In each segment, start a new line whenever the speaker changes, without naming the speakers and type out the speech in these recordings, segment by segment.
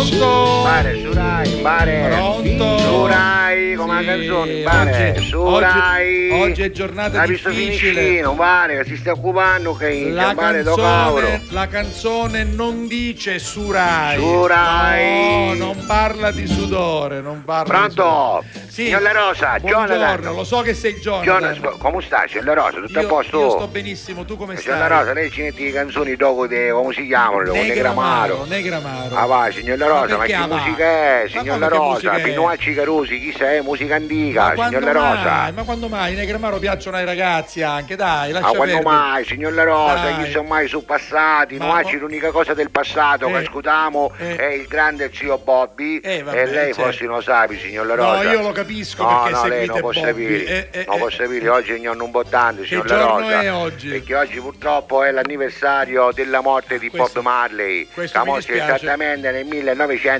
Pronto?
Bare, surai, in bare.
Pronto?
Surai, come la
Sì,
canzone, in bare.
oggi-
Surai.
oggi- oggi è giornata
Hai visto
difficile.
Finicino, bare, che si sta occupando che in
La
bare do
canzone,
cavolo.
la canzone non dice surai.
Surai.
No, non parla di sudore, non parla
Pronto?
di sudore.
Signor La Rosa,
Buongiorno,
Jonathan.
lo so che sei Jonathan.
Jonathan, scu- come stai? Signor La Rosa, tutto a
io,
posto? Eh,
io sto benissimo, tu come
Signor La
stai?
Rosa, lei ci mette le canzoni dopo di, come si chiamano? Negramaro.
Negramaro.
Ah va, signor La
Ma
Rosa, ma,
perché
che
ah, va?
musica è,
Ma
signor
come
La
che
Rosa?
musica è?
Pinoacci Carusi, chissà è musica
Ma
antica,
quando
signor La
mai?
Rosa.
Ma quando mai? I Negramaro piacciono ai ragazzi anche, dai, lascia
Ma Ah, quando
perdere.
mai, signor La Rosa,
Dai.
chi sono mai su passati,
Ma
Pinoacci
mo-
l'unica cosa del passato
Eh,
che ascoltiamo
eh.
è il grande zio Bobby
Eh, vabbè,
e lei
certo.
forse non sa, signor La
No,
Rosa.
io lo capisco
No,
perché
no, lei
seguite
non può
Bobby.
sapere,
Eh, eh,
non può
eh.
sapere, oggi è un bottante, signor La
giorno
Rosa.
è oggi?
Perché oggi purtroppo è l'anniversario della morte di
Ah, Questo-
Bob Marley.
questo
La
mi
morte
dispiace.
esattamente nel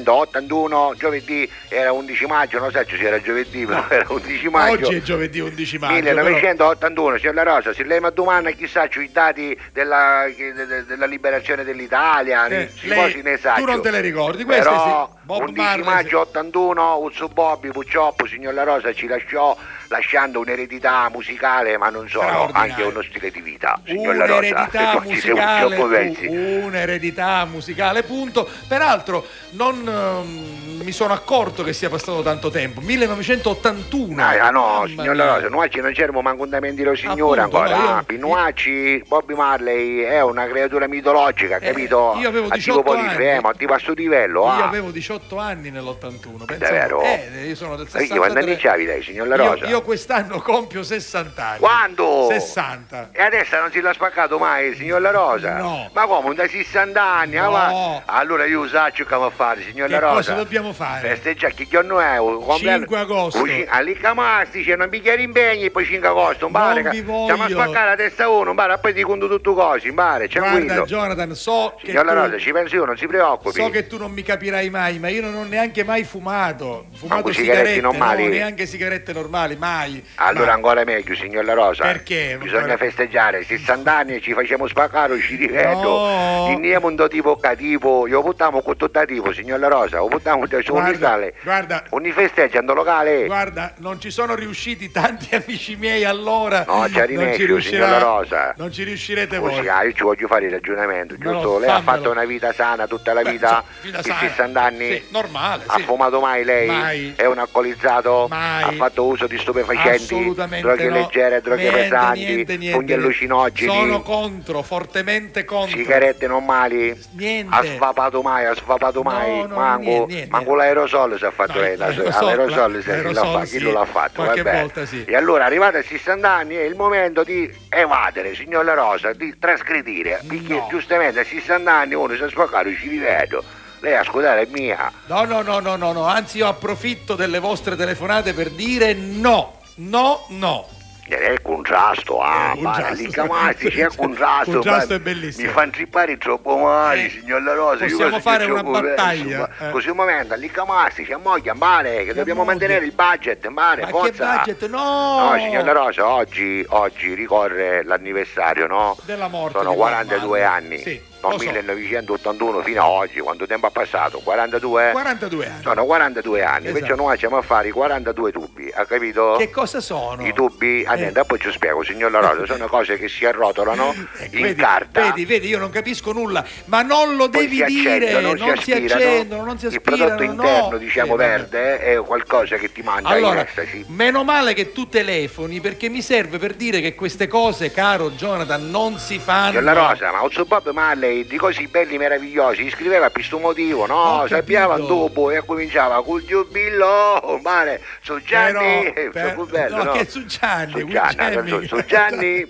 1981, giovedì era 11 maggio, non so se c'era giovedì, però era 11 maggio.
Oggi è giovedì 11 maggio. però-
1981, signor La Rosa, se lei mi domanda chissà sui dati della, che- de- de- della liberazione dell'Italia,
Eh,
si
lei-
posi ne sa.
tu non te le ricordi, queste
Però,
sì, Bob
11
Marley,
maggio 81, Uzzo Bobby purtroppo, signor La Rosa, ci lasciò lasciando un'eredità musicale, ma non solo,
Straordinaria.
anche uno stile di vita, signor La Rosa.
un'eredità
se non ci siamo
musicale
convinti.
pu- un'eredità musicale punto peraltro non ehm, mi sono accorto che sia passato tanto tempo 1981
Ah, ah, no,
Mamma
signor
mia.
La Rosa, Noacci non c'era manco un lo signore
Appunto,
ancora.
no, io-
ah, Pinoacci, Bobby Marley è una creatura mitologica,
Eh,
capito?
io avevo
a tipo
18 anni.
Polifemo, a tipo a suo livello.
io
ah.
avevo 18 anni nell'81
Davvero?
eh, io sono del
Ma che quando
63
anni c'avi lei, signor La
io,
Rosa?
io quest'anno compio 60 anni
Quando?
60
E adesso non si l'ha spaccato mai, signor La Rosa?
No.
Ma come, un da 60 anni? ah,
No.
va? Allora io usaccio come a fare, signor La
che cosa
Rosa?
dobbiamo fare?
Festeggia che giorno è? Un compleanno-
5 Eh. agosto.
Un cin- All'incamasti c'è un bicchiere impegni e poi 5 agosto, un bare.
Non vi
ca- Stiamo a
voglio.
spaccare la testa uno, un bare, poi ti conto tutto così, un bare, c'è
Guarda
quello.
Jonathan so che
Signor La
tu-
Rosa, ci penso io, non si preoccupi.
So che tu non mi capirai mai, ma io non ho neanche mai fumato. Fumato
con sigarette
sigarette,
normali?
no, neanche sigarette normali, mai.
Allora
Ma-
ancora meglio, signor La Rosa.
Perché?
Bisogna
Ancora-
festeggiare, 60 anni e ci facciamo spaccare un
No.
cirinetto. Inniamo un do tipo cattivo, lo buttiamo con tutto tipo, signor La Rosa, lo buttiamo su un
guarda,
risale.
guarda,
Ogni festeggio andò locale.
guarda, non ci sono riusciti tanti amici miei allora.
No, ci arrivi,
non ci
signor La Rosa.
Non ci riuscirete voi.
Così, ah, io ci voglio fare il ragionamento,
No,
giusto? lei ha
fammelo.
fatto una vita sana tutta la
Beh,
vita,
insomma, vita
i
sana.
60 anni.
Sì, normale,
Ha
sì.
fumato mai lei?
Mai.
È un alcolizzato?
Mai.
Ha fatto uso di stupefacenti?
Assolutamente
Droghe
no.
leggere, droghe
Niente,
pesanti,
niente, niente.
funghi allucinogeni?
Sono contro, fortemente contro.
Sigarette normali?
Niente.
Ha svapato mai, ha svapato
No,
mai,
no,
manco,
niente, niente.
manco l'aerosol si è fatto
No,
lei, la-
l'aerosol,
l'aerosol se
l'aerosol
l'ha fatto,
sì,
chi non l'ha fatto,
qualche
vabbè.
volta sì.
E allora arrivati a 60 anni è il momento di evadere, signor La Rosa, di trasgredire, perché
No.
giustamente a 60 anni uno si è spaccato, ci rivedo, lei a scusare è mia,
No, no, no, no, no, no, anzi io approfitto delle vostre telefonate per dire no, no, no.
Eh, è il contrasto, ah,
Eh,
ma
contrasto,
lì chiamati, c'è il contrasto,
Contrasto
ma
è bellissimo.
mi fanno trippare troppo male,
Eh,
signor La Rosa, io
possiamo
cosa
fare
ci
una
gioco verso,
battaglia,
ma-
eh.
Così un momento, lì chiamati, c'è moglie, mare, "Ah, che dobbiamo
moglie.
mantenere il budget, mare,
Ma che
forza.
budget? No!
No, signor La Rosa, oggi, oggi ricorre l'anniversario, no?
Della morte
Sono
di Bob
42
Marley.
anni,
Sì,
non
lo so.
1981 fino a oggi, quanto tempo è passato? 42?
42 anni.
eh. Sono 42 anni,
Esatto.
perciò noi siamo a fare i 42 tubi, ha capito?
Che cosa sono?
I tubi, ah,
Eh.
niente, poi ci spiego, signor La Rosa, sono cose che si arrotolano
Eh,
in
vedi,
carta.
Vedi, vedi, io non capisco nulla, ma non lo
Poi
devi
si
dire,
accendono,
non si, accendono, non si aspirano.
Il prodotto interno,
no.
diciamo,
Eh, vabbè.
verde è qualcosa che ti mangia in
Allora,
estasi.
meno male che tu telefoni perché mi serve per dire che queste cose, caro Jonathan, non si fanno.
Signor La Rosa, ma Ozzo Bob Marley di cose belli meravigliosi si scriveva per questo motivo,
Ho
no?
capito.
Sappiava dopo e cominciava col giubillo, mare, su Gianni,
Però, per-
su bello,
no,
no?
che su Gianni,
Su
qui
Gianni,
Gianni.
su- su Gianni,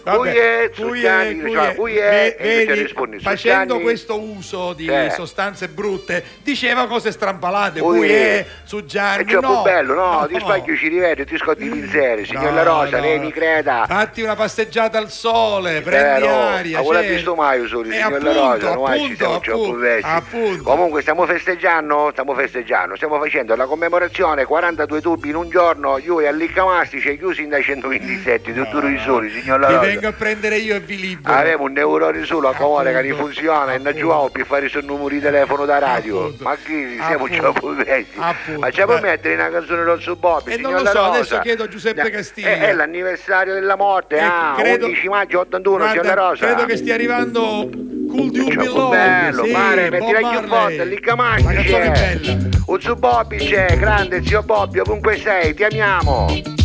Vabbè,
Cuie, su
cuie,
Gianni,
cuie.
cioè, cuie,
Ve-
e invece
vedi,
rispondi, su
facendo
Gianni.
questo uso di
Eh.
sostanze brutte, diceva cose strampalate,
Cuie.
cuie, su Gianni,
E c'è
no. Mm.
più bello, no? Ti sbaglio ci rivedo, ti scotti i pinzeri, signor
No,
La Rosa,
no.
lei mi creda.
Fatti una passeggiata al sole, prendi
Vero.
aria.
Ma quello ha
certo.
visto mai, soli,
Eh,
signor La
appunto,
Rosa, non è, ci siamo
appunto,
troppo
appunto,
vecchi.
appunto.
Comunque stiamo festeggiando, stiamo festeggiando, stiamo facendo la commemorazione 42 tubi in un giorno, io e Alliccamastice chiusi in dai 127, tutti i soli, signor La
Vi
Rosa.
vengo a prendere io e vi libero.
Avevo un neurone solo a comune che non
Ah, Appunto,
funziona e non
appunto.
giovavo per fare i suoi numeri di telefono da radio.
Appunto,
Ma chi siamo
appunto,
troppo vecchi?
appunto,
Ma ci puoi
beh.
mettere una canzone Rosso Bobby?
Eh, non
signor
lo so,
La Rosa?
adesso chiedo a Giuseppe
Eh,
Castiglia.
eh, È, l'anniversario della morte,
Eh,
ah, 11 maggio 81, signor
guarda,
La Rosa.
Credo che stia arrivando Cool di
Cioè,
Umbillo.
bello,
sì,
pare,
Bob
mettirai più
Marley.
forte, lì camanti
La canzone è
c'è.
bella.
Un zio Bobby c'è, grande zio Bobby, ovunque sei, ti amiamo.